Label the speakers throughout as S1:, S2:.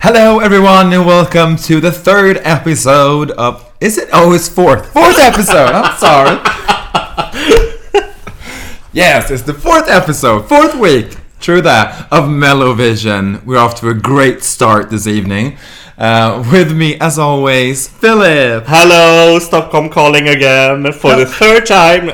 S1: Hello, everyone, and welcome to the third episode of. Is it? Oh, it's fourth. Fourth episode. I'm sorry. yes, it's the fourth episode, fourth week. True that. Of Melovision, we're off to a great start this evening. Uh, with me, as always, Philip.
S2: Hello, Stockholm calling again for the third time.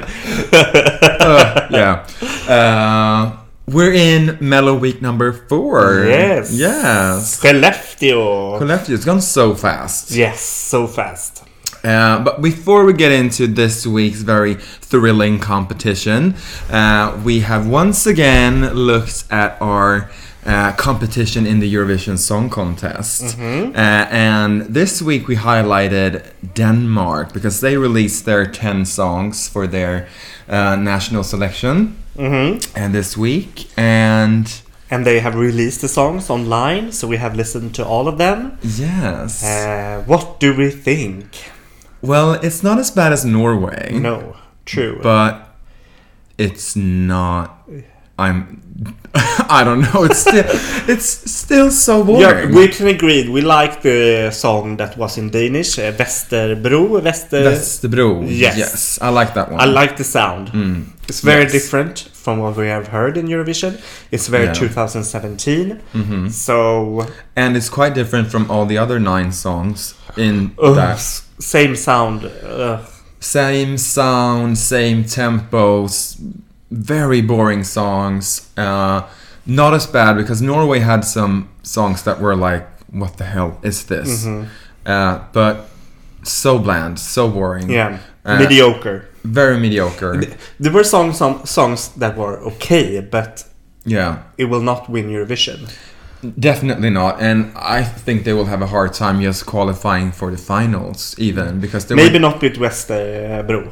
S1: Uh, yeah. Uh, we're in Mellow Week number four.
S2: yes.
S1: Yes.
S2: Skellefteå.
S1: Left it's gone so fast.
S2: Yes, so fast.
S1: Uh, but before we get into this week's very thrilling competition, uh, we have once again looked at our uh, competition in the Eurovision Song Contest.
S2: Mm-hmm.
S1: Uh, and this week we highlighted Denmark because they released their 10 songs for their uh, national selection
S2: hmm
S1: and this week. And
S2: And they have released the songs online, so we have listened to all of them.
S1: yes.
S2: Uh, what do we think?
S1: well, it's not as bad as Norway.
S2: No, true.
S1: but it's not i'm i don't know it's still it's still so
S2: yeah,
S1: boring
S2: we can agree. We like the song that was in Danish, uh, Västerbro. Väster...
S1: that's the brew
S2: Yes.
S1: yes i like that one
S2: I like the sound. It's very
S1: Mm. Yes.
S2: different from what we have heard in Eurovision. It's very
S1: Yeah. Mm-hmm.
S2: 2017. So,
S1: and it's quite different from all the other nine songs in
S2: ugh,
S1: that
S2: s- same sound. uh, ugh.
S1: same sound same tempos very boring songs uh not as bad because norway had some songs that were like what the hell is this
S2: Mm-hmm.
S1: uh but so bland so boring
S2: yeah,
S1: Uh,
S2: mediocre.
S1: very mediocre.
S2: There were some, some songs that were okay, but
S1: Yeah,
S2: it will not win Eurovision.
S1: definitely not. And I think they will have a hard time just qualifying for the finals, even because they
S2: Maybe
S1: were,
S2: not with uh, Västerbro.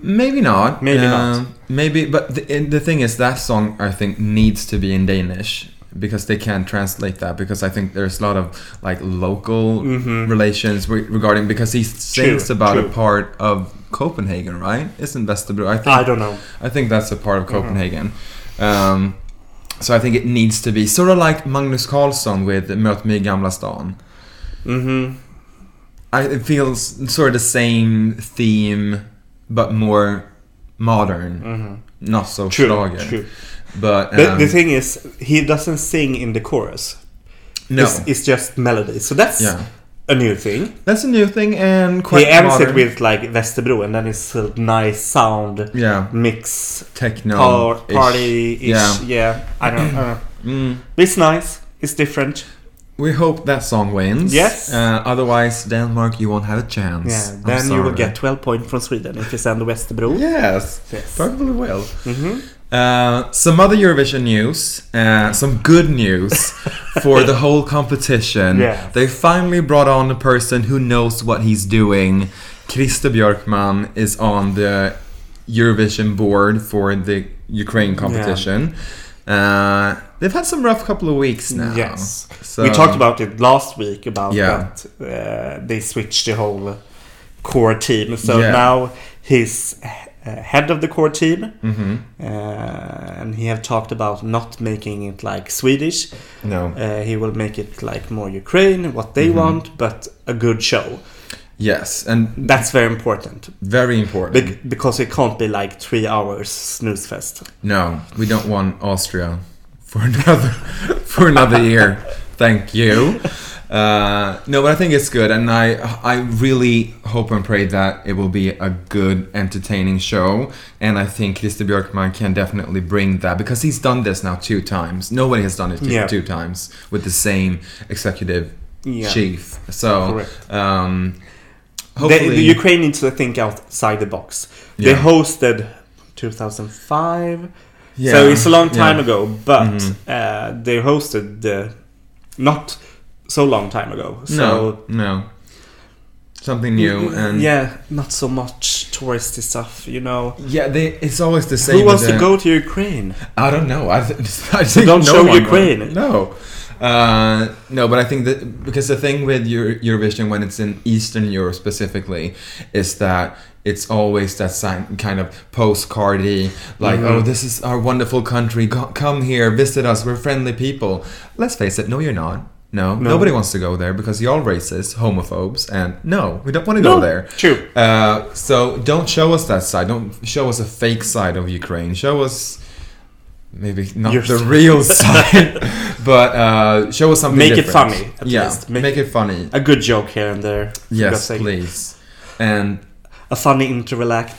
S1: maybe not,
S2: Maybe
S1: Uh,
S2: not.
S1: maybe. But the, and the thing is, that song I think needs to be in Danish because they can't translate that because I think there's a lot of like local relations re- regarding because he sings
S2: Mm-hmm. True,
S1: about a
S2: true.
S1: part of Copenhagen, right? Isn't Vesterbro? I think
S2: I don't know.
S1: I think that's a
S2: Mhm.
S1: part of Copenhagen. Um, so I think it needs to be sort of like Magnus Carlsson with Möt mig i gamla stan.
S2: hmm
S1: I, it feels sort of the same theme, but more modern. Not so
S2: Mm-hmm. True,
S1: schlager.
S2: true.
S1: But
S2: The,
S1: um,
S2: the thing is, he doesn't sing in the chorus.
S1: no,
S2: It's, it's just melody. So that's
S1: Yeah.
S2: a new thing.
S1: that's a new thing and
S2: He
S1: quite
S2: ends
S1: modern.
S2: it with like Västerbro and then it's a nice sound
S1: yeah
S2: mix
S1: techno
S2: par- party ish. Yeah.
S1: Yeah.
S2: I don't know.
S1: Mm.
S2: It's nice. It's different.
S1: We hope that song wins.
S2: Yes.
S1: Uh, otherwise, Denmark, you won't have a chance.
S2: Yeah.
S1: I'm
S2: Then you will
S1: sorry.
S2: get 12 points from Sweden if you send Västerbro.
S1: Yes,
S2: Yes.
S1: probably will.
S2: Mhm.
S1: Uh, some other Eurovision news, uh, some good news for the whole competition.
S2: Yeah.
S1: They finally brought on a person who knows what he's doing. Krista Björkman is on the Eurovision board for the Ukraine competition. Uh, they've had some rough couple of weeks now.
S2: Yes.
S1: So-
S2: We talked about it last week about
S1: Yeah.
S2: that uh, they switched the whole core team. So
S1: Yeah.
S2: now he's uh, head of the core team.
S1: Mhm.
S2: Uh, and he have talked about not making it like Swedish.
S1: No.
S2: Uh, he will make it like more Ukraine, what
S1: Mm-hmm.
S2: they want, but a good show.
S1: Yes, and
S2: That's very important
S1: very important.
S2: Be- because it can't be like three hours snooze fest.
S1: No, we don't want Austria for another for another year. Thank you. Uh, no, but I think it's good, and I I really hope and pray that it will be a good, entertaining show. And I think Christer Björkman can definitely bring that because he's done this now two times. Nobody has done it two,
S2: Yeah.
S1: two times with the same executive
S2: Yeah.
S1: chief. So,
S2: Correct.
S1: um,
S2: They,
S1: hopefully,
S2: the Ukraine needs to think outside the box. They
S1: Yeah.
S2: hosted 2005,
S1: Yeah,
S2: so it's a long time
S1: yeah. Mm-hmm.
S2: ago. But uh, they hosted the not so long time ago. So
S1: no, no, something new and.
S2: yeah, not so much touristy stuff. You know,
S1: Yeah, they, it's always the same.
S2: who wants
S1: with
S2: to
S1: the-
S2: go to Ukraine?
S1: I don't know. I, th- I think
S2: don't
S1: no
S2: show
S1: one
S2: Ukraine.
S1: would. No, Uh, no, but I think that because the thing with Euro- Eurovision when it's in Eastern Europe specifically is that it's always that sign, kind of postcardy, like,
S2: Mhm.
S1: oh, this is our wonderful country. Go- come here, visit us. We're friendly people. Let's face it. No, you're not. No,
S2: No.
S1: nobody wants to go there because you're all racist, homophobes, and no, we don't want to go there.
S2: True.
S1: Uh, so don't show us that side. Don't show us a fake side of Ukraine. Show us maybe not
S2: Your
S1: the
S2: side.
S1: real side, but uh, show us something.
S2: Make it
S1: different.
S2: funny, at
S1: yeah,
S2: least.
S1: Make,
S2: Make-
S1: it funny.
S2: A good joke here and there. for God's
S1: Yes,
S2: sake.
S1: please. And
S2: A funny interval act.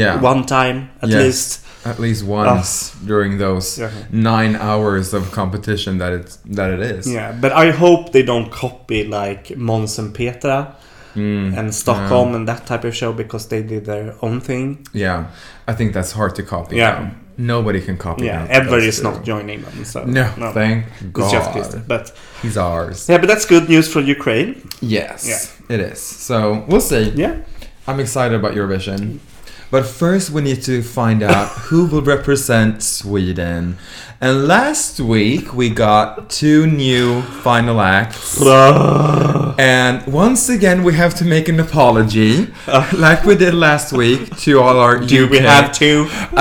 S1: yeah,
S2: One time, at
S1: Yes.
S2: least.
S1: at least once during those
S2: Yeah.
S1: nine hours of competition that it's that it is.
S2: Yeah, but I hope they don't copy like Måns and Petra
S1: Mm,
S2: and Stockholm and that type of show because they did their own thing.
S1: yeah, I think that's hard to copy.
S2: Yeah.
S1: now. nobody can copy.
S2: Yeah,
S1: now.
S2: Edward
S1: That's
S2: is not
S1: true.
S2: joining them. So
S1: No, thank God.
S2: it's just Christer. But
S1: He's ours.
S2: yeah, but that's good news for Ukraine.
S1: Yes, it is. So we'll see.
S2: Yeah,
S1: I'm excited about Eurovision. But first, we need to find out who will represent Sweden. And last week, we got two new final acts. And once again, we have to make an apology, like we did last week, to all our
S2: Uh. do
S1: UK.
S2: we have to?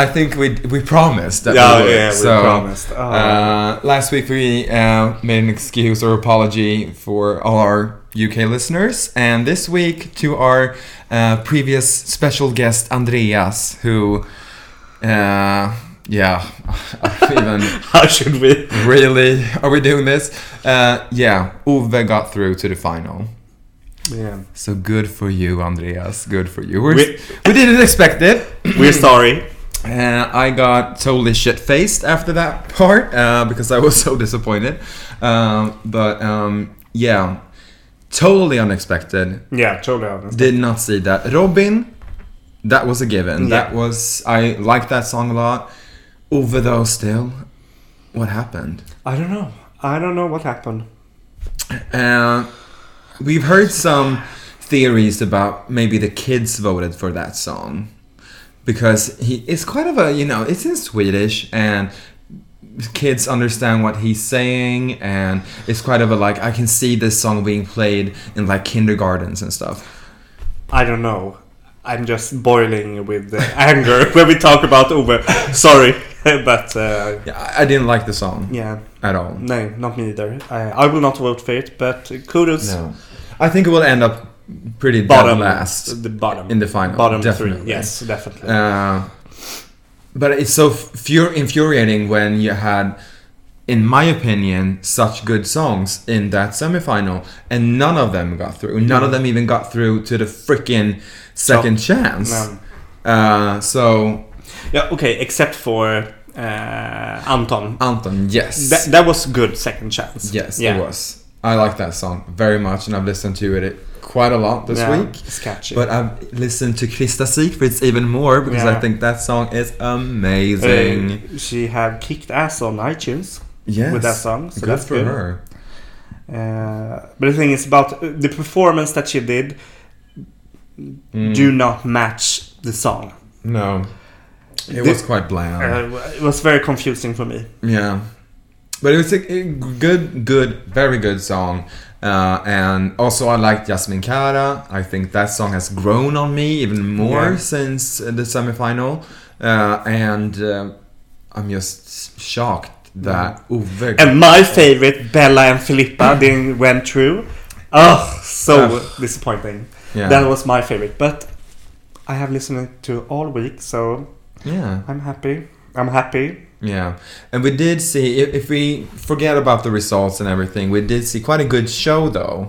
S1: I think we we promised that
S2: Yeah,
S1: we would.
S2: yeah, we
S1: so,
S2: promised. Oh.
S1: Uh, last week we uh, made an excuse or apology for all our UK listeners, and this week to our uh, previous special guest Andreas, who, uh, yeah, even
S2: How should we?
S1: really are we doing this? Uh, yeah, Uwe got through to the final.
S2: Yeah,
S1: So good for you, Andreas. Good for you. We're,
S2: We-
S1: we, we didn't expect it.
S2: we're sorry.
S1: Uh, I got totally shit faced after that part uh, because I was so disappointed. Um, but um, yeah, totally unexpected.
S2: Yeah, totally honest.
S1: Did not see that. Robin, that was a given. That
S2: Yeah.
S1: was I liked that song a lot. Over though, still, what happened?
S2: I don't know. I don't know what happened.
S1: Uh, we've heard some theories about maybe the kids voted for that song because he it's quite of a you know it's in Swedish and kids understand what he's saying and it's quite of a like I can see this song being played in like kindergartens and stuff.
S2: I don't know. I'm just boiling with the anger when we talk about Uber. Sorry, but uh,
S1: Yeah, I- I didn't like the song
S2: yeah,
S1: at all.
S2: no, not me either. I, I will not vote for it, but kudos.
S1: No, I think it will end up pretty
S2: Bottom
S1: dead last.
S2: the bottom
S1: in the final,
S2: bottom three.
S1: definitely.
S2: Yes, definitely.
S1: Uh, but it's so fur- infuriating when you had, in my opinion, such good songs in that semifinal, and none of them got through. None
S2: Mm-hmm.
S1: of them even got through to the freaking second chance.
S2: No.
S1: Uh, so
S2: Um, Yeah, okay, except for uh, Anton.
S1: Anton, yes,
S2: That, that was good second chance.
S1: yes,
S2: yeah.
S1: it was. I like that song very much, and I've listened to it quite a lot this
S2: Yeah,
S1: week.
S2: It's catchy.
S1: But I've listened to Krista Siegfrieds even more because
S2: Yeah.
S1: I think that song is
S2: Uh,
S1: amazing.
S2: she had kicked ass on iTunes
S1: yes,
S2: with that song, so
S1: good
S2: that's
S1: for
S2: good.
S1: her.
S2: Uh, but the thing is about uh, the performance that she did
S1: Mm.
S2: do not match the song.
S1: No. It
S2: The-
S1: was quite bland.
S2: Uh, it was very confusing for me.
S1: yeah. But it was a a good, good, very good song. Uh, and also, I like Jasmine Cara. I think that song has grown on me even more
S2: Yeah.
S1: since the semifinal. Uh, and uh, I'm just shocked that Uwe.
S2: Mm. And my favorite, Bella and Filippa, didn't went through. Ugh, so
S1: Ugh.
S2: disappointing.
S1: Ah. yeah.
S2: That was my favorite, but I have listened to all week, so
S1: yeah.
S2: I'm happy. I'm happy.
S1: Yeah, and we did see if, if we forget about the results and everything, we did see quite a good show though.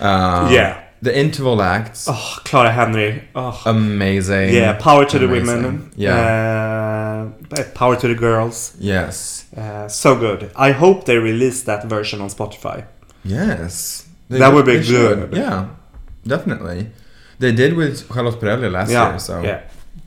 S1: Um,
S2: Yeah.
S1: the interval acts
S2: Oh, Clara Henry. Oh,
S1: amazing.
S2: yeah. Power to the
S1: Amazing.
S2: women.
S1: Yeah.
S2: Uh, power to the girls.
S1: yes.
S2: Uh, so good. I hope they release that version on Spotify.
S1: Yes. They-
S2: That would be
S1: they should.
S2: good.
S1: Yeah, definitely. They did with Charlotte Perrelli last
S2: yeah.
S1: year, so
S2: Yeah.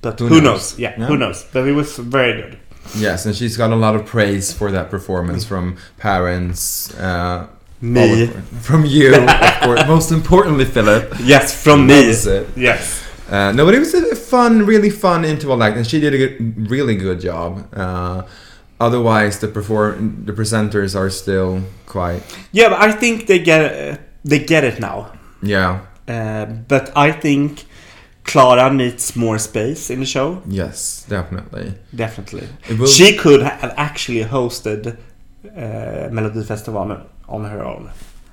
S2: But
S1: Who
S2: who,
S1: knows?
S2: knows? Yeah,
S1: Yeah.
S2: Who knows? But it was very good.
S1: yes, and she's got a lot of praise for that performance from parents. Uh, all
S2: Mm. Me.
S1: of- from you, of course. Most importantly, Philip.
S2: Yes, from me.
S1: Loves it.
S2: Yes.
S1: Uh, no, but it was a fun, really fun interval act, and she did a good, really good job. Uh, Otherwise, the perform the presenters are still quite
S2: Yeah, but I think they get uh, they get it now.
S1: yeah
S2: Uh, but I think Clara needs more space in the show.
S1: yes definitely.
S2: Definitely,
S1: It will-
S2: she could have actually hosted uh, Melody Festival on her own.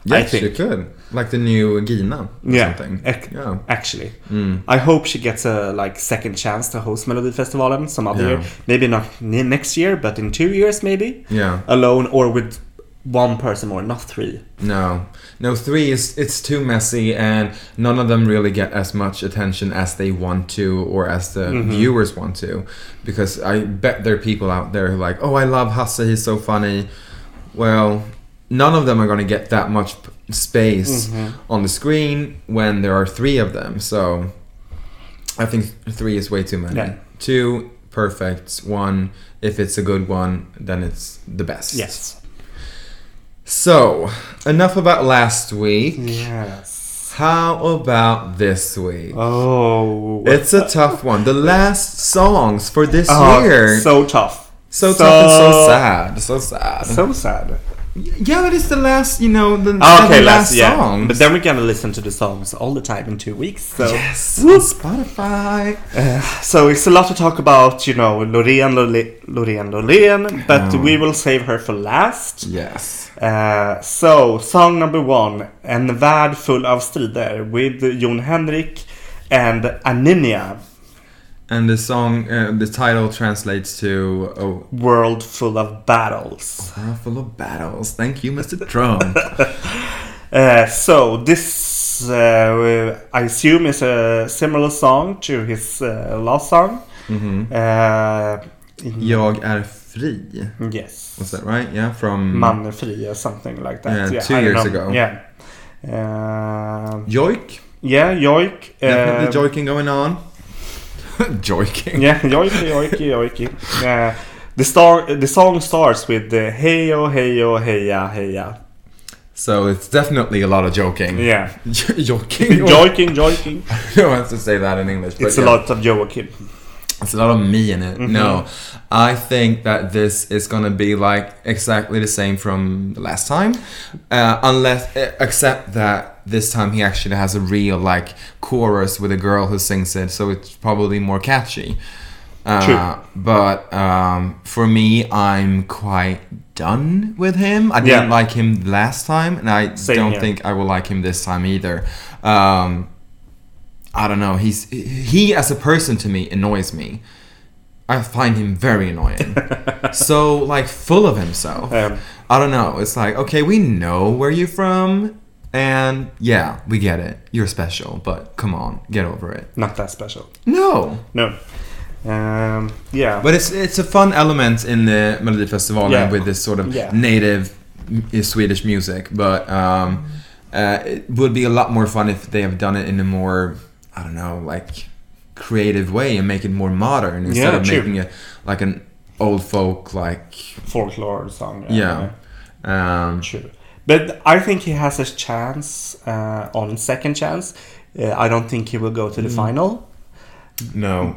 S2: I
S1: Yes,
S2: think
S1: you could like the new Gina or
S2: Yeah,
S1: something.
S2: ec-
S1: yeah.
S2: actually.
S1: Mm.
S2: I hope she gets a like second chance to host Melody Festival some other
S1: Yeah.
S2: year. Maybe not n- next year, but in two years maybe.
S1: Yeah.
S2: Alone or with one person more, not three.
S1: No, no. Three is it's too messy, and none of them really get as much attention as they want to, or as the
S2: Mm-hmm.
S1: viewers want to, because I bet there are people out there who are like, oh, I love Hasse, he's so funny. Well, none of them are going to get that much p- space
S2: Mm-hmm.
S1: on the screen when there are three of them. So, I think three is way too many.
S2: Yeah.
S1: Two, perfect. One, if it's a good one, then it's the best.
S2: Yes.
S1: So, enough about last week.
S2: Yes.
S1: How about this week?
S2: Oh.
S1: It's a tough one. The last songs for this
S2: Oh,
S1: year. So,
S2: so tough.
S1: tough and Ah, so sad. So sad.
S2: So sad.
S1: yeah, but it's the last, you know, the,
S2: Okay, last
S1: the last
S2: yeah.
S1: song.
S2: But then we're gonna listen to the songs all the time in two weeks. So
S1: yes,
S2: Whoop.
S1: Spotify.
S2: So it's a lot to talk about, you know, Loreen, Loreen, Loreen, Loreen, but
S1: Oh.
S2: we will save her for last.
S1: Yes.
S2: Uh, so, song number one, En värld full av strider with Jon Henrik and Aninia,
S1: And the song, uh, the title translates to "Oh,
S2: World full of battles.
S1: World full of battles." Thank you, Mr. Trump.
S2: Uh, so, this uh, I assume is a similar song to his uh, last song.
S1: hmm
S2: Uh,
S1: Jag är fri.
S2: Yes. Mm-hmm.
S1: Was that right? Yeah, from
S2: Mannefri or something like that.
S1: Yeah, two
S2: I don't
S1: years
S2: know.
S1: ago.
S2: Yeah. Uh,
S1: Joik.
S2: yeah, joik.
S1: Definitely
S2: uh,
S1: joiking going on. joiking.
S2: Yeah, joiki, joiki, joiki. Uh, the, star, the song starts with the hey oh hey oh heya heya.
S1: So it's definitely a lot of joking.
S2: Yeah.
S1: Jo- joking.
S2: joiking, joiking.
S1: I don't want to say that in English. But
S2: It's
S1: yeah.
S2: a lot of Joakim.
S1: It's a lot of me in it.
S2: Mm-hmm.
S1: No, I think that this is gonna be like exactly the same from the last time, uh, unless eh, except that this time he actually has a real like chorus with a girl who sings it, so it's probably more catchy. Uh,
S2: True.
S1: But um, for me, I'm quite done with him. I didn't
S2: Yeah.
S1: like him last time, and I
S2: Same
S1: don't
S2: here.
S1: think I will like him this time either. Um, I don't know. He's he as a person to me annoys me. I find him very annoying. so like full of himself.
S2: Um,
S1: I don't know. It's like okay, we know where you're from, and yeah, we get it. You're special, but come on, get over it.
S2: Not that special.
S1: No,
S2: No. Um, yeah.
S1: but it's it's a fun element in the Melody Festival
S2: Yeah.
S1: with this sort of
S2: Yeah.
S1: native m- eh, Swedish music. But um, uh, it would be a lot more fun if they have done it in a more I don't know like creative way and make it more modern instead
S2: Yeah,
S1: of
S2: true.
S1: making it like an old folk like
S2: Folklore song. uh,
S1: yeah. Um,
S2: True. But I think he has a chance uh, on second chance. Uh, I don't think he will go
S1: Mm.
S2: to the final.
S1: no,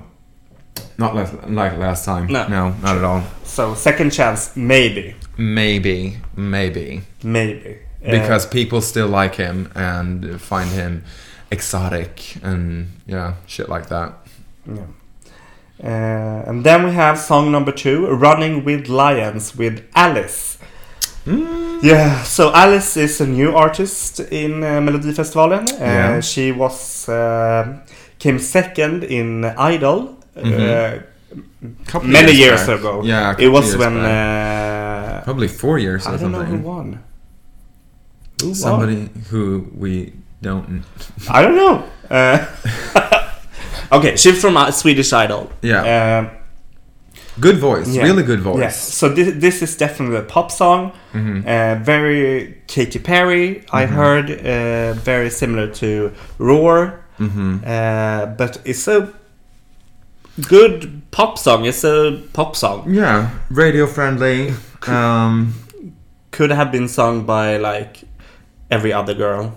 S1: not like, like last time.
S2: No.
S1: not at all.
S2: So second chance, maybe,
S1: Maybe, maybe.
S2: maybe. Uh,
S1: because people still like him and find him exotic and yeah, shit like that.
S2: yeah. Uh, and then we have song number two, "Running with Lions" with Alice.
S1: Hmm.
S2: Yeah, so Alice is a new artist in uh, Melodifestivalen. Uh,
S1: Yeah.
S2: She was uh, came second in Idol
S1: Mhm.
S2: uh,
S1: Couple
S2: many years,
S1: back.
S2: ago.
S1: Yeah, a couple
S2: it was
S1: years
S2: when
S1: back.
S2: uh,
S1: probably four years or
S2: I don't know who
S1: something.
S2: won. Who won?
S1: Somebody who we don't.
S2: I don't know. Uh, okay, she's from uh, Swedish Idol.
S1: Yeah,
S2: Um,
S1: good voice,
S2: yeah.
S1: really good voice. Mm-hmm,
S2: Yes. So this, this is definitely a pop song. Uh, very Katy Perry, I heard. Uh, very similar to Roar.
S1: hmm
S2: Uh, but it's a good pop song. It's a pop song.
S1: Yeah, radio friendly. Um,
S2: Could have been sung by like every other girl.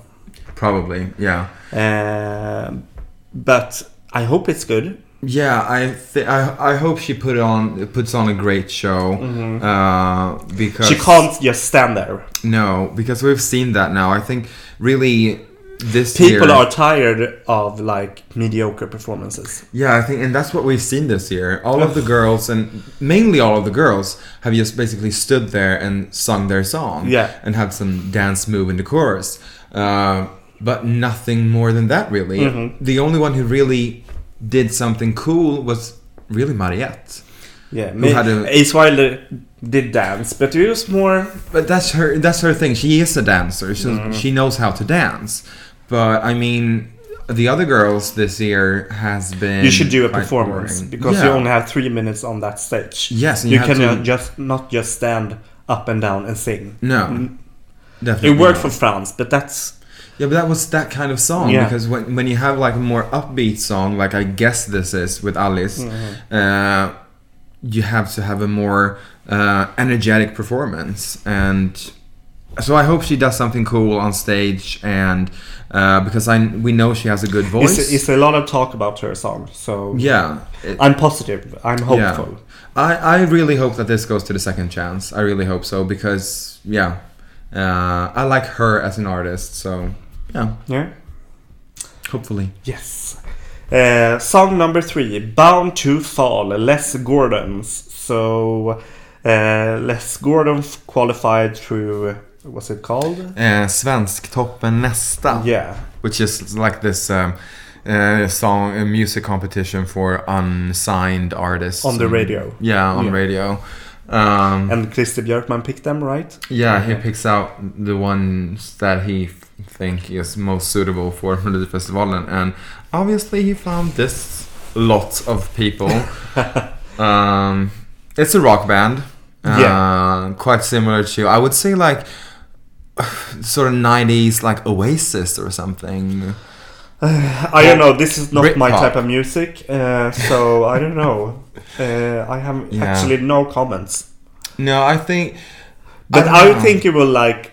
S1: probably, yeah,
S2: Uh, but I hope it's good.
S1: Yeah, I, th- I I hope she put on puts on a great show uh, because
S2: Mm-hmm. She can't just stand there.
S1: no because we've seen that now. I think really this
S2: People
S1: year,
S2: are tired of like mediocre performances.
S1: yeah I think and that's what we've seen this year. All of the girls and mainly all of the girls have just basically stood there and sung their song
S2: Yeah.
S1: and had some dance move in the chorus, uh, but nothing more than that really.
S2: Mm-hmm.
S1: The only one who really did something cool was really Mariette.
S2: Yeah, me,
S1: had a-
S2: Ace Wilder did dance, but it was more.
S1: But that's her. That's her thing. She is a dancer. She
S2: Mm-hmm.
S1: she knows how to dance. But I mean, the other girls this year has been.
S2: You should do a
S1: quite
S2: performance
S1: boring.
S2: because
S1: Yeah.
S2: you only have three minutes on that stage.
S1: Yes, and
S2: you,
S1: you have
S2: can
S1: to- Mm.
S2: uh, just not just stand up and down and sing.
S1: no. Definitely
S2: Mm-hmm. It worked
S1: not.
S2: for France, but that's
S1: yeah, but that was that kind of song
S2: Yeah.
S1: because when when you have like a more upbeat song, like I guess this is with Alice,
S2: Mm-hmm.
S1: uh, you have to have a more uh, energetic performance, and so I hope she does something cool on stage, and uh, because I we know she has a good voice.
S2: it's, it's a lot of talk about her song. So
S1: Yeah. it-
S2: I'm positive. I'm
S1: yeah.
S2: hopeful.
S1: I, I really hope that this goes to the second chance. I really hope so because, yeah, uh, I like her as an artist. So, yeah,
S2: Yeah.
S1: hopefully.
S2: Yes. Uh, song number three, Bound to Fall, Les Gordons. So, uh, Les Gordon f- qualified through, what's it called?
S1: Uh, Svensktoppen nästa.
S2: Yeah.
S1: Which is like this um, uh, song uh, music competition for unsigned artists.
S2: On the
S1: and-
S2: radio.
S1: Yeah, on
S2: Yeah.
S1: radio. Um,
S2: And Christer Björkman picked them, right?
S1: yeah, he picks out the ones that he f- think is most suitable for Melodifestivalen, and obviously he found this lot of people. um, it's a rock band, uh, quite similar to I would say like sort of '90s like Oasis or something.
S2: I don't know. This is not
S1: Britpop.
S2: my type of music. Uh, so, I don't know. Uh, I have
S1: Yeah.
S2: actually no comments.
S1: No, I think,
S2: But
S1: don't
S2: I,
S1: know.
S2: think it will like.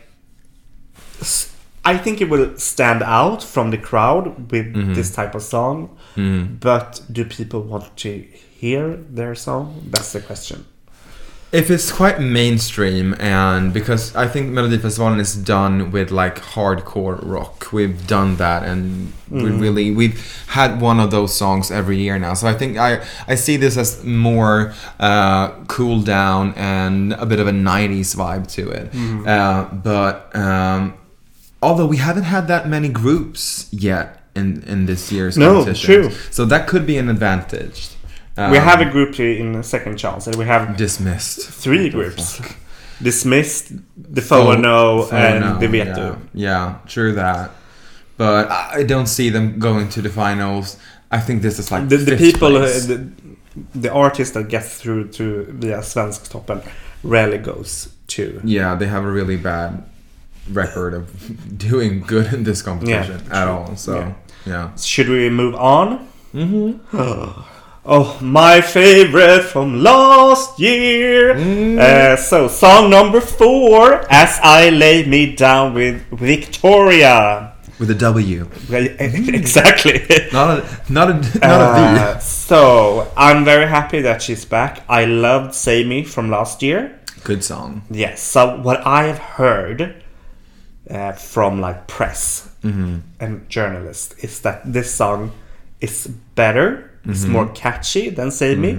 S2: s- I think it will stand out from the crowd with
S1: Mm-hmm.
S2: this type of song. But do people want to hear their song? That's the question.
S1: If it's quite mainstream and because I think Melodifestivalen is done with like hardcore rock. We've done that and we
S2: Mm.
S1: really we've had one of those songs every year now. So I think I I see this as more uh, cool down and a bit of a 90s vibe to it.
S2: Mm-hmm.
S1: Uh, but um, although we haven't had that many groups yet in in this year's
S2: No,
S1: competitions.
S2: true.
S1: So that could be an advantage.
S2: we
S1: Um,
S2: have a group in the second chance, and we have
S1: dismissed
S2: three
S1: What the
S2: groups. Dismissed, the Fono,
S1: Fono,
S2: and the Veto.
S1: Oh, yeah, yeah, true that. But I I don't see them going to the finals. I think this is like
S2: The, the
S1: fifth
S2: people, uh,
S1: place.
S2: the, the artist that gets through to via Svensktoppen rarely goes to.
S1: yeah, they have a really bad record of doing good in this competition at
S2: true.
S1: all. So yeah,
S2: Should we move on?
S1: hmm
S2: Oh, my favorite from last year.
S1: Mm.
S2: Uh, so, song number four, As I Lay Me Down with Victoria.
S1: with a W,
S2: Well, e-, exactly.
S1: not a not a Mm. not a
S2: Uh, so, I'm very happy that she's back. I loved Samey from last year.
S1: D. Good song.
S2: Yes, so what I have heard uh, from like press
S1: Mm-hmm.
S2: and journalists is that this song is better, it's
S1: Mm-hmm.
S2: more catchy than Save Me.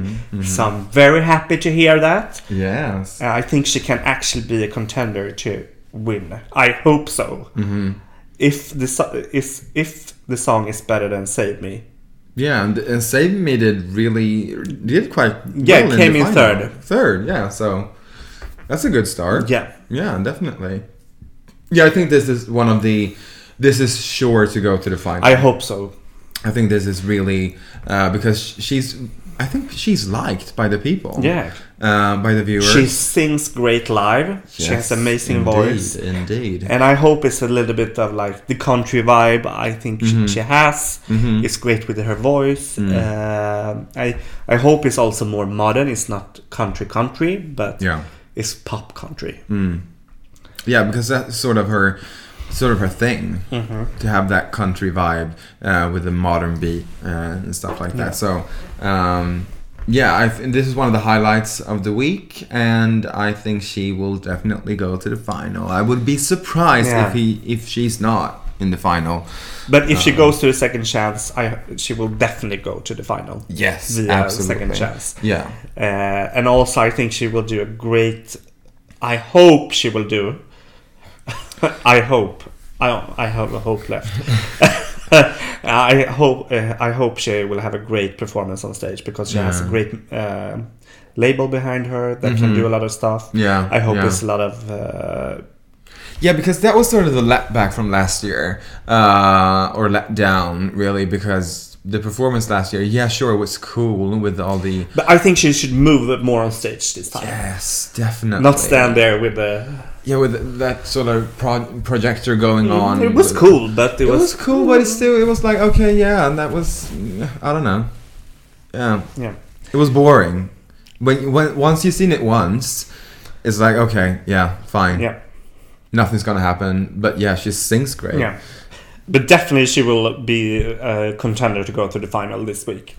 S2: So I'm very happy to hear that.
S1: Yes.
S2: Uh, I think she can actually be a contender to win. I hope so.
S1: Mm-hmm.
S2: If the so- is if the song is better than Save Me,
S1: Yeah, and, and Save Me did really did quite
S2: Yeah,
S1: well
S2: came
S1: the
S2: in
S1: final.
S2: third.
S1: Third, yeah. So that's a good start.
S2: Yeah.
S1: yeah, definitely. Yeah, I think this is one of the. This is sure to go to the final.
S2: I hope so.
S1: I think this is really uh, because she's. I think she's liked by the people.
S2: Yeah.
S1: uh, by the viewers.
S2: She sings great live. she
S1: Yes,
S2: has amazing
S1: indeed,
S2: voice.
S1: Indeed.
S2: And I hope it's a little bit of like the country vibe. I think
S1: Mm-hmm.
S2: she, she has. It's great with her voice. Um I I hope it's also more modern. It's not country country, but
S1: Yeah. Mm.
S2: it's pop country.
S1: Yeah, because that's sort of her sort of her thing
S2: hmm
S1: to have that country vibe uh, with a modern beat uh, and stuff like that. So, um, yeah, I th- this is one of the highlights of the week, and I think she will definitely go to the final. I would be surprised
S2: Yeah.
S1: if he if she's not in the final.
S2: But if she
S1: Uh-huh.
S2: goes to a second chance, I she will definitely go to the final.
S1: Yes,
S2: The uh,
S1: absolutely.
S2: second chance.
S1: Yeah,
S2: Uh, and also, I think she will do a great. I hope she will do. I hope. I I have a hope left. I hope uh, I hope she will have a great performance on stage because she has a
S1: Yeah.
S2: great uh, label behind her that can
S1: Mhm.
S2: do a lot of stuff.
S1: yeah.
S2: I hope
S1: yeah.
S2: it's a lot of uh,
S1: Yeah, because that was sort of the letback from last year, uh, or let down, really, because the performance last year, yeah, sure, it was cool with all the.
S2: But I think she should move it more on stage this time.
S1: Yes, definitely.
S2: Not stand there with the.
S1: Yeah, with that sort of pro- projector going on.
S2: Mm, It was
S1: with-
S2: cool, but it,
S1: It was,
S2: was,
S1: cool, but it still, it was like, okay, yeah, and that was. I don't know. Yeah.
S2: Yeah.
S1: It was boring. When, when Once you've seen it once, it's like, okay, yeah, fine.
S2: Yeah.
S1: Nothing's gonna happen, but yeah, she sings great.
S2: Yeah. But definitely, she will be a contender to go to the final this week.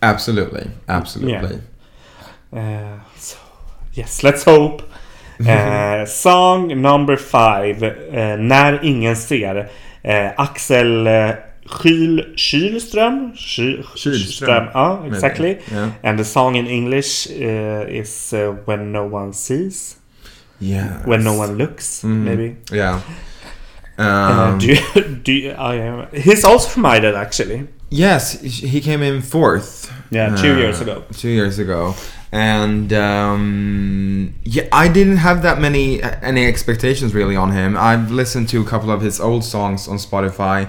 S1: Absolutely, absolutely.
S2: Uh, so, yes, let's hope. Eh, song number five, eh, När ingen ser. Eh, Axel eh, Skyl Kylström? Ky-
S1: Kylström,
S2: Ja,
S1: maybe.
S2: exactly.
S1: Yeah.
S2: And the song in English eh, is eh, When No One Sees.
S1: Yeah.
S2: When No One Looks,
S1: Mhm.
S2: maybe.
S1: Yeah.
S2: Uh,
S1: Um,
S2: do you, do you, I am. He's also from Ireland, actually.
S1: yes, he came in fourth. Uh,
S2: Yeah, two years ago.
S1: Two years ago, and um, yeah, I didn't have that many uh, any expectations really on him. I've listened to a couple of his old songs on Spotify,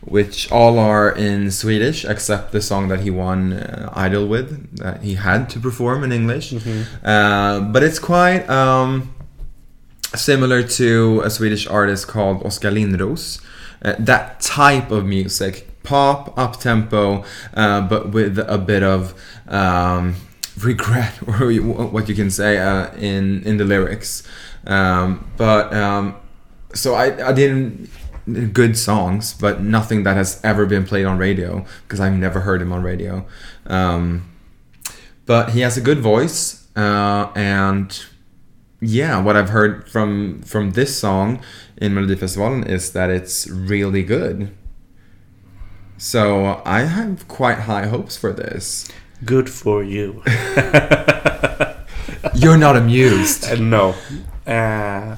S1: which all are in Swedish except the song that he won uh, Idol with that he had to perform in English.
S2: Mm-hmm.
S1: Uh, but it's quite. Um, similar to a Swedish artist called Oskar Lindros. Uh, that type of music, pop, up tempo, uh, but with a bit of um, regret, or you- what you can say uh, in in the lyrics. Um, but um, so I, I didn't good songs, but nothing that has ever been played on radio because I've never heard him on radio. Um, but he has a good voice, uh, and yeah, what I've heard from from this song in Melodifestivalen is that it's really good. So I have quite high hopes for this.
S2: Good for you.
S1: You're not amused.
S2: Uh, no. Uh,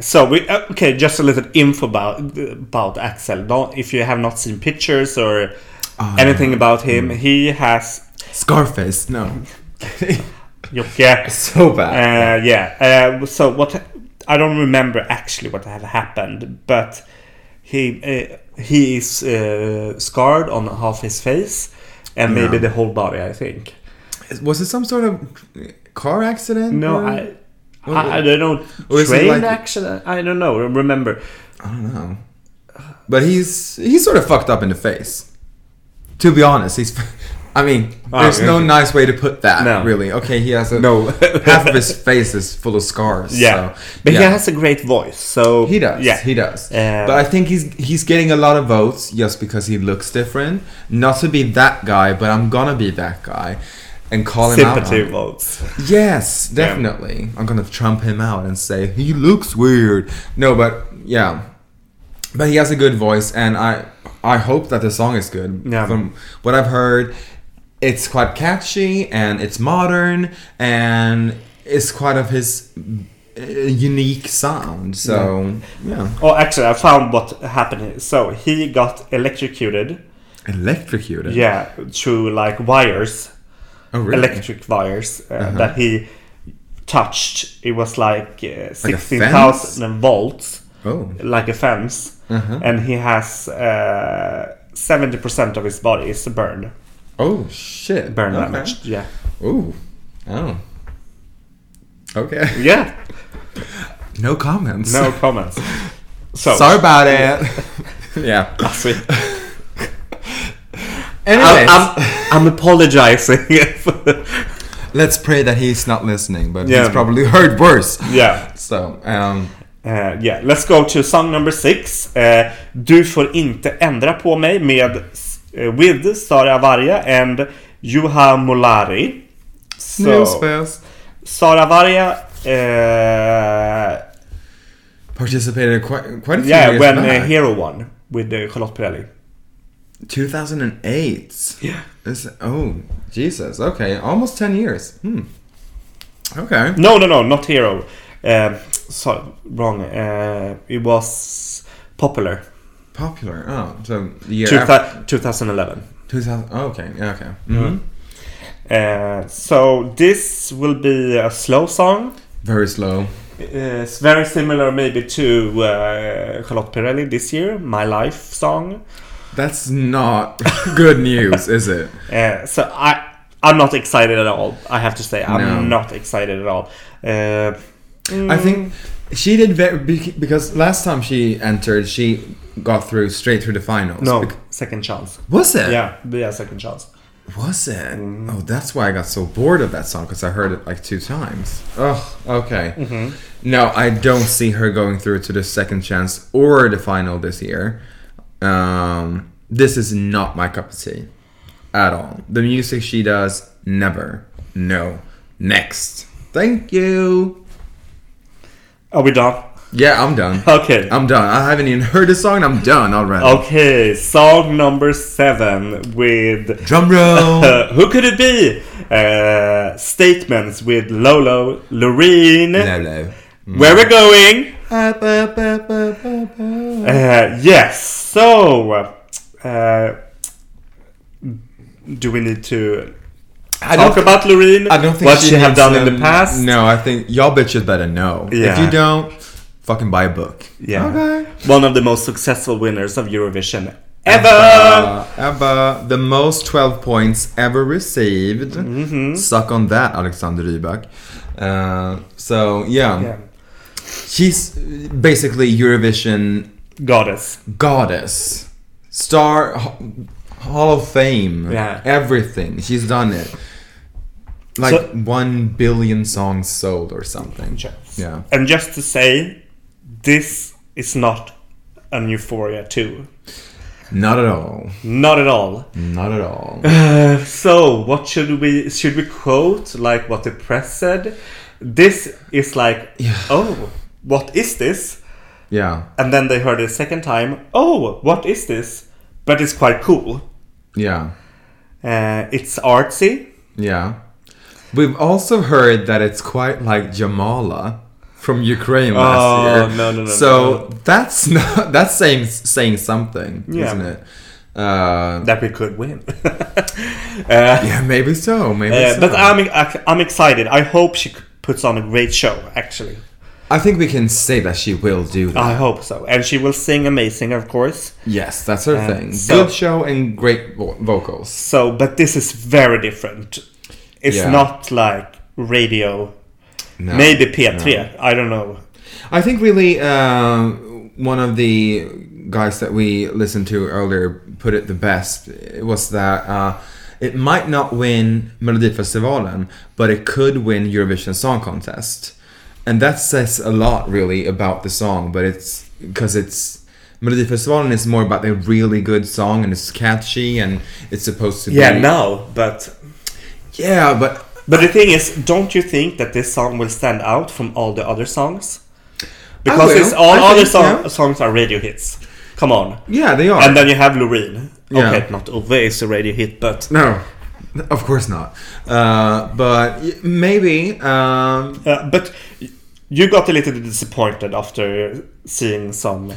S2: so we uh, okay. Just a little info about about Axel. Don't if you have not seen pictures or
S1: Ah,
S2: anything about him. He has
S1: Scarface, no.
S2: Jocke.
S1: so bad.
S2: Uh, yeah. Uh, so what? I don't remember actually what had happened, but he uh, he is uh, scarred on half his face and maybe
S1: Yeah.
S2: the whole body. I think.
S1: Was it some sort of car accident?
S2: Uh, No,
S1: or-
S2: I.
S1: Or-
S2: I, I don't know.
S1: Oh, or is it
S2: train
S1: like-
S2: accident? I don't know. Remember?
S1: I don't know. But he's he's sort of fucked up in the face. To be honest, he's. I mean,
S2: Ah,
S1: there's no
S2: okay.
S1: nice way to put that.
S2: No.
S1: Really. Okay, he has a
S2: No.
S1: half of his face is full of scars.
S2: Yeah,
S1: so,
S2: but he
S1: yeah.
S2: has a great voice. So
S1: He does.
S2: Yeah,
S1: He does.
S2: Uh,
S1: but I think he's he's getting a lot of votes just because he looks different. Not to be that guy, but I'm gonna be that guy and call him out. on
S2: sympathy
S1: it.
S2: votes.
S1: Yes, definitely. I'm gonna trump him out and say he looks weird. No, but yeah, but he has a good voice, and I I hope that the song is good.
S2: Yeah.
S1: From what I've heard, it's quite catchy and it's modern and it's quite of his uh, unique sound. So yeah,
S2: Oh, actually, I found what happened. So he got electrocuted.
S1: electrocuted.
S2: Yeah, through like wires,
S1: Oh really? Uh-huh.
S2: electric wires uh, that he touched. It was like uh, sixteen thousand volts,
S1: oh.
S2: like a fence,
S1: Uh-huh.
S2: and he has uh, seventy percent of his body is burned,
S1: Oh shit.
S2: burn
S1: Okay.
S2: damaged. Yeah,
S1: Ooh. Oh. Okay.
S2: yeah.
S1: No comments.
S2: No comments. So
S1: Sorry about it. yeah.
S2: Sweet.
S1: Anyways,
S2: I'm,
S1: Um,
S2: I'm, I'm apologizing.
S1: let's pray that he's not listening, but
S2: Yeah.
S1: he's probably heard worse.
S2: yeah.
S1: So, um,
S2: Eh, yeah, let's go to song number six. Eh, du får inte ändra på mig med eh, With Sara Varga and Juha Molari. So,
S1: Newsfest.
S2: Sara uh, Varga eh,
S1: Participated quite quite a few
S2: Yeah,
S1: years
S2: when uh,
S1: back.
S2: Hero won with uh, Charlotte Perrelli.
S1: 2008.
S2: Yeah.
S1: This, oh, Jesus. Okay, almost 10 years. Hmm. Okay.
S2: No, no, no, not Hero. Um sorry, wrong. Uh, it was popular.
S1: Popular. Oh, so the year
S2: Two
S1: after.
S2: thou- 2011.
S1: 2000. Oh, okay. Yeah, okay. hmm
S2: Uh, so this will be a slow song.
S1: Very slow.
S2: Uh, It's very similar, maybe, to uh, Charlotte Perrelli this year, My Life song.
S1: That's not good news, is it?
S2: Uh, so I, I'm not excited at all. I have to say, I'm
S1: No.
S2: not excited at all. Uh,
S1: I think
S2: Mm.
S1: she did very bec- because last time she entered, she got through straight through the finals.
S2: no
S1: Bec-
S2: second chance.
S1: was it?
S2: Yeah, Mm. yeah, second chance.
S1: Was it? Oh, that's why I got so bored of that song because I heard it like two times. Oh, okay.
S2: Mm-hmm.
S1: No, I don't see her going through to the second chance or the final this year. Um, this is not my cup of tea at all. The music she does, never. No. Next. Thank you.
S2: Are we done?
S1: Yeah, I'm done.
S2: Okay.
S1: I'm done. I haven't even heard the song. and I'm done already.
S2: Okay, song number seven with.
S1: Drum roll.
S2: Uh, who could it be? Uh, statements with Lolo, Loreen.
S1: Hello. Mm.
S2: Where we're going?
S1: Up, up, up, up, up, up.
S2: Uh, yes, so. Uh, do we need to
S1: I don't
S2: talk about Loreen?
S1: I don't think
S2: What she, have
S1: needs
S2: done in
S1: them.
S2: the past?
S1: No, I think y'all bitches better know. If
S2: Yeah.
S1: you don't, fucking buy a book.
S2: Yeah.
S1: Okay.
S2: One of the most successful winners of Eurovision ever!
S1: Uh, Abba, the most 12 points ever received.
S2: Mm-hmm.
S1: Suck on that, Alexander Rybak. Uh, so, yeah.
S2: Yeah.
S1: She's basically Eurovision
S2: Goddess.
S1: goddess, star, ho- Hall of Fame,
S2: Yeah.
S1: everything. She's done it. Like
S2: So-
S1: 1 billion songs sold or something.
S2: Yes.
S1: Yeah.
S2: And just to say, this is not an Euphoria 2.
S1: Not at all.
S2: Not at all.
S1: Not at all. Mm.
S2: Uh, so, what should we should we quote like what the press said? This is like, oh, what is this?
S1: yeah.
S2: And then they heard it a second time. Oh, what is this? But it's quite cool.
S1: Yeah.
S2: Uh, it's artsy.
S1: Yeah. We've also heard that it's quite like Jamala from Ukraine
S2: Oh,
S1: last year.
S2: no, no, no,
S1: So that's not that's saying saying something,
S2: Yeah.
S1: isn't it? Uh,
S2: That we could win. uh,
S1: yeah, maybe so. Maybe
S2: uh,
S1: so.
S2: but I'm I'm excited. I hope she puts on a great show. Actually.
S1: I think we can say that she will do that.
S2: I hope so. And she will sing amazing, of course.
S1: yes, that's her
S2: uh,
S1: thing.
S2: so-
S1: Good show and great vo- vocals.
S2: So, but this is very different. It's
S1: Yeah.
S2: not like radio.
S1: No.
S2: Maybe P3. I don't know.
S1: I think really uh, one of the guys that we listened to earlier put it the best It was that uh, it might not win Melodifestivalen, but it could win Eurovision Song Contest, and that says a lot really about the song. But it's because it's Melodifestivalen is more about a really good song and it's catchy and it's supposed to
S2: Yeah,
S1: be
S2: no, but
S1: yeah, but
S2: but the thing is, don't you think that this song will stand out from all the other songs? Because it's
S1: will.
S2: all
S1: I
S2: other
S1: think,
S2: song,
S1: yeah.
S2: songs are radio hits. Come on.
S1: yeah they are
S2: And then you have Loreen.
S1: Yeah.
S2: Okay, not Ove is a radio hit, but
S1: No, of course not. Uh, but y- maybe. Um,
S2: uh, but you got a little disappointed after seeing some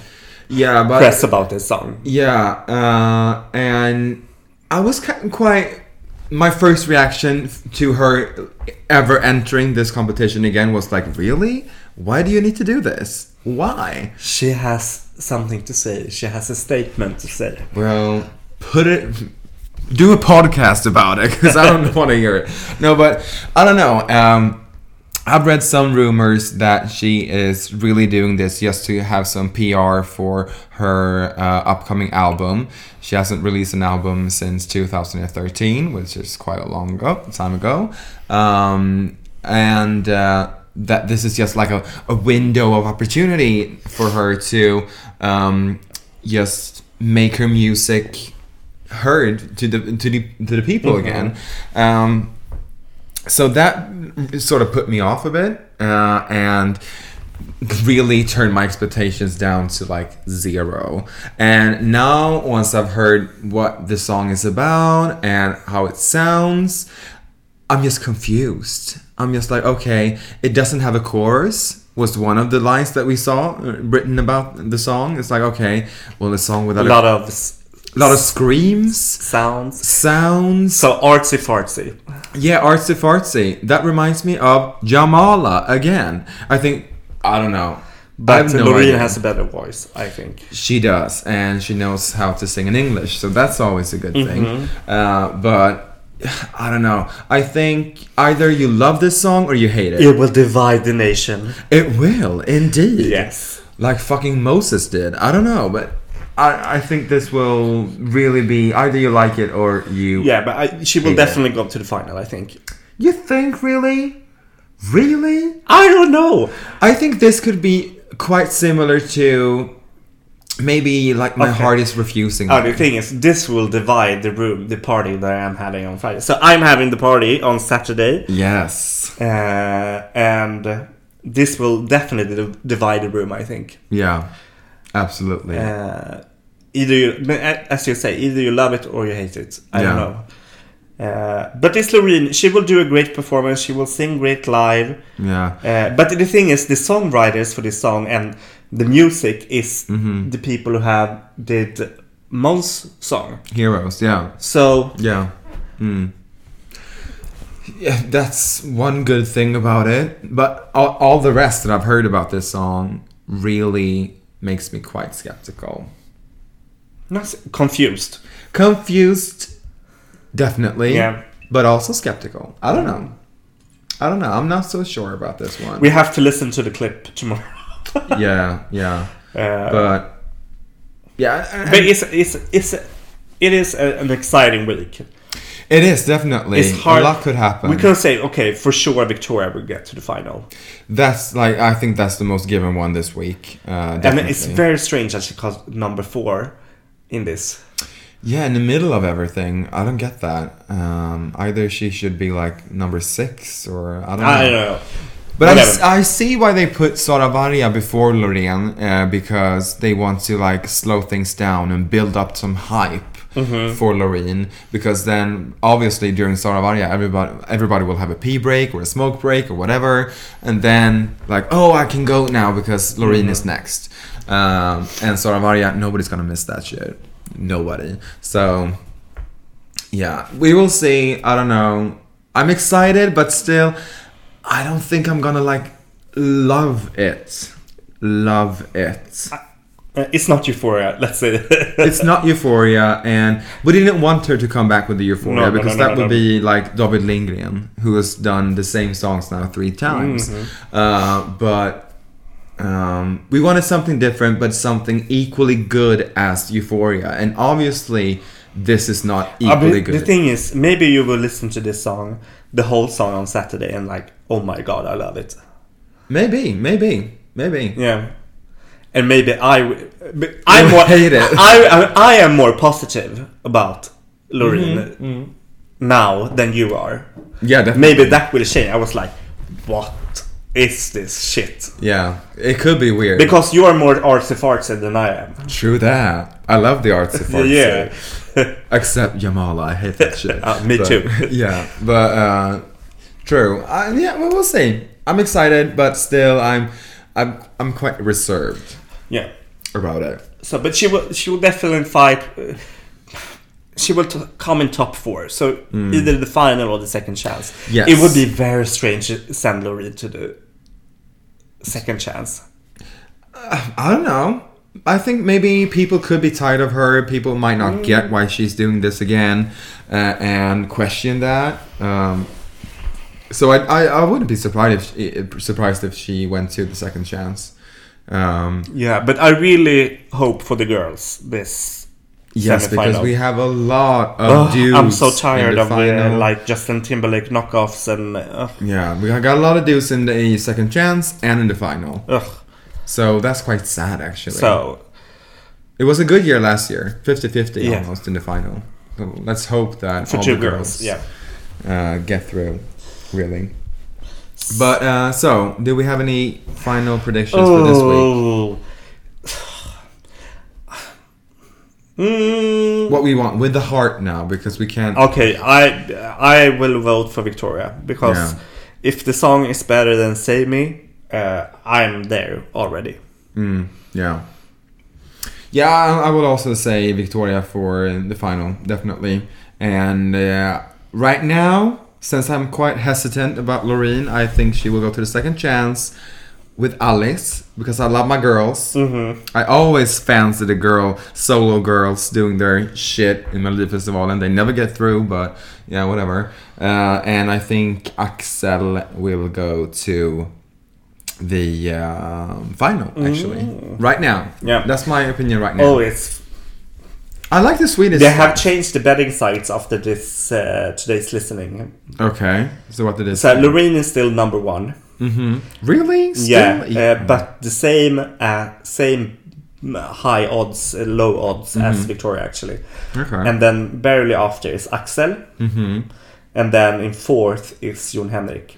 S1: yeah, but
S2: press about this song.
S1: yeah, uh, and I was ki- quite. My first reaction f- to her ever entering this competition again was like, really? Why do you need to do this? Why?
S2: She has something to say. She has a statement to say.
S1: Well, put it. Do a podcast about it because I don't want to hear it. No, but I don't know. Um, I've read some rumors that she is really doing this just to have some PR for her uh, upcoming album. She hasn't released an album since 2013, which is quite a long ago, time ago. Um, and uh, that this is just like a, a window of opportunity for her to um, just make her music heard to the to the to the people
S2: Mhm.
S1: again. Um, so that sort of put me off a bit uh, and really turned my expectations down to like zero. And now once I've heard what the song is about and how it sounds, I'm just confused. I'm just like, okay, it doesn't have a chorus. Was one of the lines that we saw uh, written about the song. It's like, okay, well, a song
S2: A
S1: without
S2: lot of s-
S1: a lot of screams
S2: sounds.
S1: sounds.
S2: So artsy fartsy.
S1: Yeah, artsy fartsy. That reminds me of Jamala again. I think I don't know. I
S2: But
S1: have no
S2: Loreen
S1: idea.
S2: has a better voice, I think.
S1: She does, and she knows how to sing in English, so that's always a good
S2: Mm-hmm.
S1: thing. Uh, but I don't know. I think either you love this song or you hate it.
S2: It will divide the nation.
S1: It will indeed.
S2: Yes.
S1: Like fucking Moses did. I don't know, but I, I think this will really be either you like it or you
S2: Yeah, but I, she will
S1: Yeah.
S2: definitely go to the final, I think.
S1: You think really? Really?
S2: I don't know.
S1: I think this could be quite similar to maybe like my
S2: Okay.
S1: heart is refusing.
S2: Oh, the thing is, this will divide the room, the party that I'm having on Friday. So I'm having the party on Saturday,
S1: yes.
S2: uh, and this will definitely div- divide the room, I think.
S1: Yeah. Absolutely.
S2: Uh, either you, but a- as you say, either you love it or you hate it. I don't
S1: Yeah.
S2: know. Uh, but this Loreen, she will do a great performance. She will sing great live.
S1: yeah.
S2: Uh, but the thing is, the songwriters for this song and the music is the people who have did Mons song.
S1: Heroes. Yeah.
S2: So
S1: Yeah. Hmm. Yeah, that's one good thing about it. But all, all the rest that I've heard about this song really makes me quite skeptical.
S2: not s- confused.
S1: Confused, definitely.
S2: Yeah.
S1: But also skeptical. I don't know. I don't know. I'm not so sure about this one.
S2: We have to listen to the clip tomorrow. uh,
S1: yeah, yeah.
S2: but
S1: But yeah, I- I-
S2: it's it's it's it is a, an exciting week.
S1: it is definitely.
S2: It's hard.
S1: A lot could happen.
S2: We can say okay for sure Victoria will get to the final,
S1: that's like I think that's the most given one this week. Uh,
S2: and
S1: definitely.
S2: it's very strange that she got number four in this.
S1: yeah, in the middle of everything. I don't get that. Um, either she should be like number six or I don't know.
S2: I don't know.
S1: But I,
S2: Whatever.
S1: I see why they put Soravaria before Loreen uh, because they want to like slow things down and build up some hype for Loreen because then obviously during Soravaria everybody everybody will have a pee break or a smoke break or whatever and then like oh I can go now because Loreen is next um, and Soravaria nobody's gonna miss that shit nobody so yeah, we will see. I don't know. I'm excited, but still, I don't think I'm gonna like love it. Love it.
S2: Uh, it's not Euphoria. Let's say
S1: It's not Euphoria, and we didn't want her to come back with the
S2: No,
S1: Euphoria
S2: no, no,
S1: because
S2: no,
S1: that
S2: no,
S1: would
S2: no.
S1: be like David Lindgren, who has done the same songs now three times.
S2: Mm-hmm.
S1: Uh, but um, we wanted something different, but something equally good as Euphoria, and obviously, this is not
S2: Uh, but
S1: equally
S2: The
S1: good.
S2: thing is, maybe you will listen to this song, the whole song on Saturday, and like, oh my god, I love it.
S1: Maybe, maybe, maybe.
S2: Yeah, and maybe I, w- but I'm more.
S1: hate it.
S2: I, I I am more positive about Loreen
S1: Mm-hmm.
S2: now than you are.
S1: Yeah, definitely.
S2: Maybe that will change. I was like, what is this shit?
S1: Yeah, it could be weird.
S2: Because you are more artsy fartsy than I am.
S1: True that. I love the arts of arts.
S2: Yeah.
S1: Except Yamala, I hate that shit.
S2: Uh, me
S1: But-
S2: too.
S1: yeah, but uh, true. Uh, yeah, well, we'll see. I'm excited, but still, I'm, I'm, I'm quite reserved
S2: yeah.
S1: about it.
S2: So, but she will she will definitely fight. uh, She will t- come in top four, so either the final or the second chance.
S1: Mm. Yes.
S2: It would be very strange to send Loreen to the second chance.
S1: I don't know. I think maybe people could be tired of her. People might not get why she's doing this again, uh, and question that. Um, so I, I, I wouldn't be surprised if uh, surprised if she went to the second chance. Um,
S2: Yeah, but I really hope for the girls this
S1: Yes, because
S2: semifinal.
S1: we have a lot of
S2: Ugh,
S1: dudes.
S2: I'm so
S1: in
S2: tired of the uh,
S1: final.
S2: like Justin Timberlake knockoffs and uh,
S1: Yeah, we got a lot of dudes in the second chance and in the final.
S2: ugh.
S1: So that's quite sad, actually.
S2: So
S1: It was a good year last year, 50-50
S2: Yeah.
S1: almost in the final. So let's hope that
S2: for
S1: all
S2: two
S1: the
S2: girls,
S1: girls,
S2: yeah.
S1: uh, get through, really. But uh, so, do we have any final predictions for this week?
S2: Oh. Mm,
S1: What we want with the heart now, because we can't.
S2: okay, I I will vote for Victoria because
S1: Yeah.
S2: if the song is better than Save Me, uh, I'm there already.
S1: Mm, yeah. Yeah, I I would also say Victoria for the final, definitely. And uh, right now, since I'm quite hesitant about Loreen, I think she will go to the second chance with Alice because I love my girls.
S2: Mm-hmm.
S1: I always fancy the girl solo girls doing their shit in Melody Festival, and they never get through. But yeah, whatever. Uh, and I think Axel will go to the um final actually right now.
S2: Mm. Yeah.
S1: that's my opinion right now.
S2: Oh, it's
S1: I like the Swedish.
S2: they have changed the betting sites after this uh, today's listening.
S1: okay, so what did it
S2: So
S1: say?
S2: Loreen is still number one.
S1: hmm Really? Still?
S2: Yeah, uh, but the same uh, same high odds, uh, low odds
S1: Mm-hmm.
S2: as Victoria actually,
S1: okay.
S2: and then barely after is Axel,
S1: hmm
S2: and then in fourth is Jon Henrik,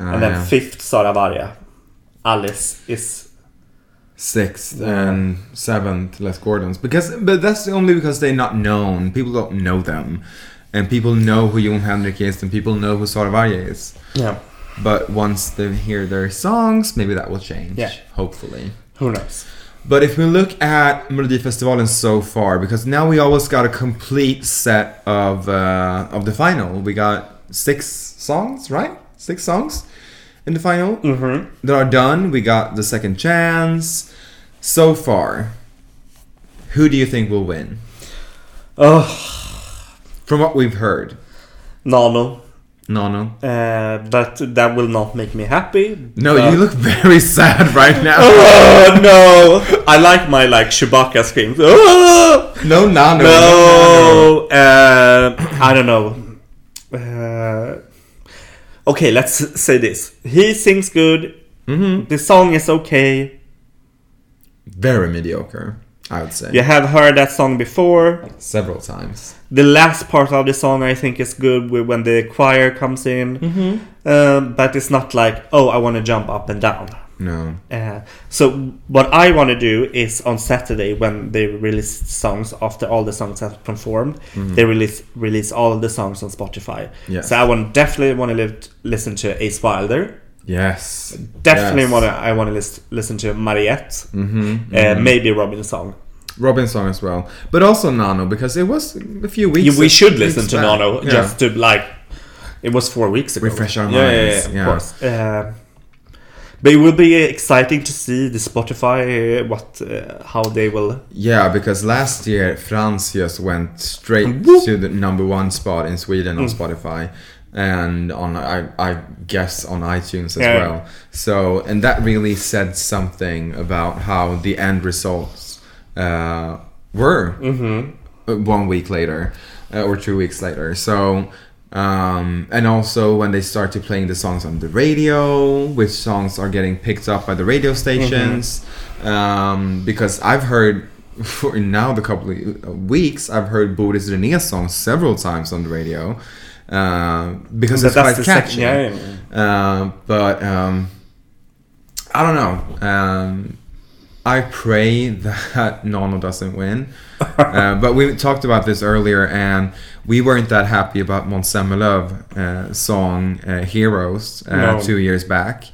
S1: Ah,
S2: and then fifth Sara Varja. Alice is
S1: sixth and seventh Les Gordons because but that's only because they're not known. People don't know them, and people know who Jon Henrik is and people know who Saravaje is.
S2: yeah.
S1: But once they hear their songs, maybe that will change.
S2: Yeah.
S1: hopefully.
S2: Who knows?
S1: But if we look at Melodifestivalen so far, because now we always got a complete set of uh, of the final. We got six songs, right? Six songs in the final
S2: hmm
S1: that are done. We got the second chance. So far, who do you think will win?
S2: Oh,
S1: From what we've heard,
S2: Nano.
S1: Nono.
S2: Uh, but that will not make me happy.
S1: No,
S2: but-
S1: you look very sad right now.
S2: Oh no! I like my like Chewbacca screams. Oh!
S1: No, Nono.
S2: No, uh, I don't know. Uh, okay, let's say this. He sings good.
S1: Mm-hmm.
S2: The song is okay.
S1: Very mediocre, I would say.
S2: You have heard that song before.
S1: Several times.
S2: The last part of the song I think is good with- when the choir comes in,
S1: Mm-hmm.
S2: um, but it's not like oh I want to jump up and down.
S1: No.
S2: Uh, so what I want to do is on Saturday when they release songs after all the songs have performed, they release release all the songs on Spotify.
S1: Mm-hmm. Yes.
S2: So I want definitely want to live, listen to Ace Wilder.
S1: Yes.
S2: Definitely
S1: Yes.
S2: want to I want to list, listen to Mariette.
S1: Mm-hmm.
S2: Uh, maybe Robin Song.
S1: Robin's song as well, but also Nano because it was a few weeks.
S2: we should
S1: weeks
S2: listen to
S1: back.
S2: Nano
S1: Yeah.
S2: just to like. It was four weeks ago.
S1: Refresh our
S2: Yeah, yeah,
S1: minds,
S2: yeah,
S1: yeah.
S2: of course. Uh, but it will be exciting to see the Spotify uh, what uh, how they will
S1: Yeah, because last year Franz just went straight
S2: Whoop. Mm.
S1: to the number one spot in Sweden on Spotify and on I, I guess on iTunes as
S2: Yeah.
S1: well. So and that really said something about how the end results uh, were
S2: Mm-hmm.
S1: uh, one week later uh, or two weeks later. So um, and also when they started playing the songs on the radio, which songs are getting picked up by the radio stations,
S2: Mm-hmm.
S1: um, because I've heard for now the couple of uh, weeks I've heard Boris René's songs several times on the radio uh, because it's quite
S2: second-
S1: catchy.
S2: yeah, yeah.
S1: Uh, but um, I don't know. Um, I pray that Nono doesn't win. uh, but we talked about this earlier, and we weren't that happy about Monsemelov uh, song uh, "Heroes" uh,
S2: No.
S1: two years back,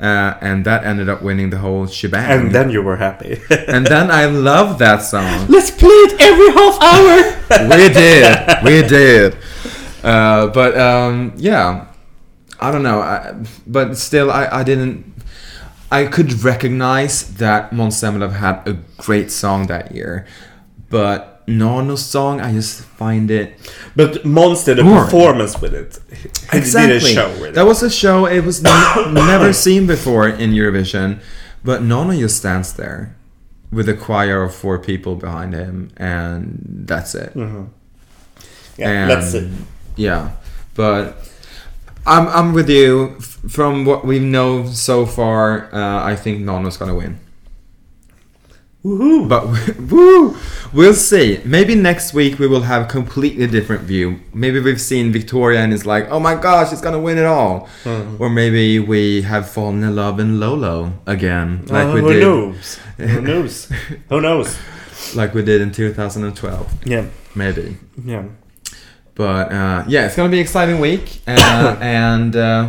S1: uh, and that ended up winning the whole shebang.
S2: And then you were happy.
S1: and then I love that song.
S2: Let's play it every half hour.
S1: we did. We did. Uh, but um, yeah, I don't know. I, but still, I, I didn't. I could recognize that Måns Zelmerlöw had a great song that year, but Nono's song, I just find it
S2: but Monster did a
S1: Boring.
S2: performance with it. He did a show with
S1: that
S2: it.
S1: was a show it was n- never seen before in Eurovision, but Nono just stands there with a choir of four people behind him, and that's it.
S2: hmm Yeah,
S1: And-
S2: let's see.
S1: Yeah, but I'm I'm with you. F- From what we know so far, uh, I think Nano's gonna win.
S2: Woohoo!
S1: But woo, we'll see. Maybe next week we will have a completely different view. Maybe we've seen Victoria and it's like, oh my gosh, she's gonna win it all.
S2: Hmm.
S1: Or maybe we have fallen in love in Lolo again, like
S2: Uh,
S1: we
S2: who
S1: did,
S2: knows? Who knows? Who knows?
S1: like we did in 2012.
S2: Yeah,
S1: Maybe.
S2: yeah.
S1: But uh, yeah, it's gonna be an exciting week, uh, and uh,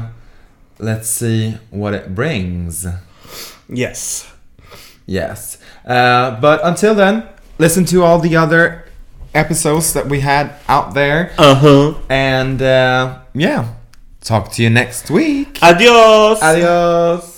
S1: let's see what it brings.
S2: Yes.
S1: Yes, uh, but until then, listen to all the other episodes that we had out there,
S2: Uh huh.
S1: and uh, yeah, talk to you next week.
S2: Adios.
S1: Adios.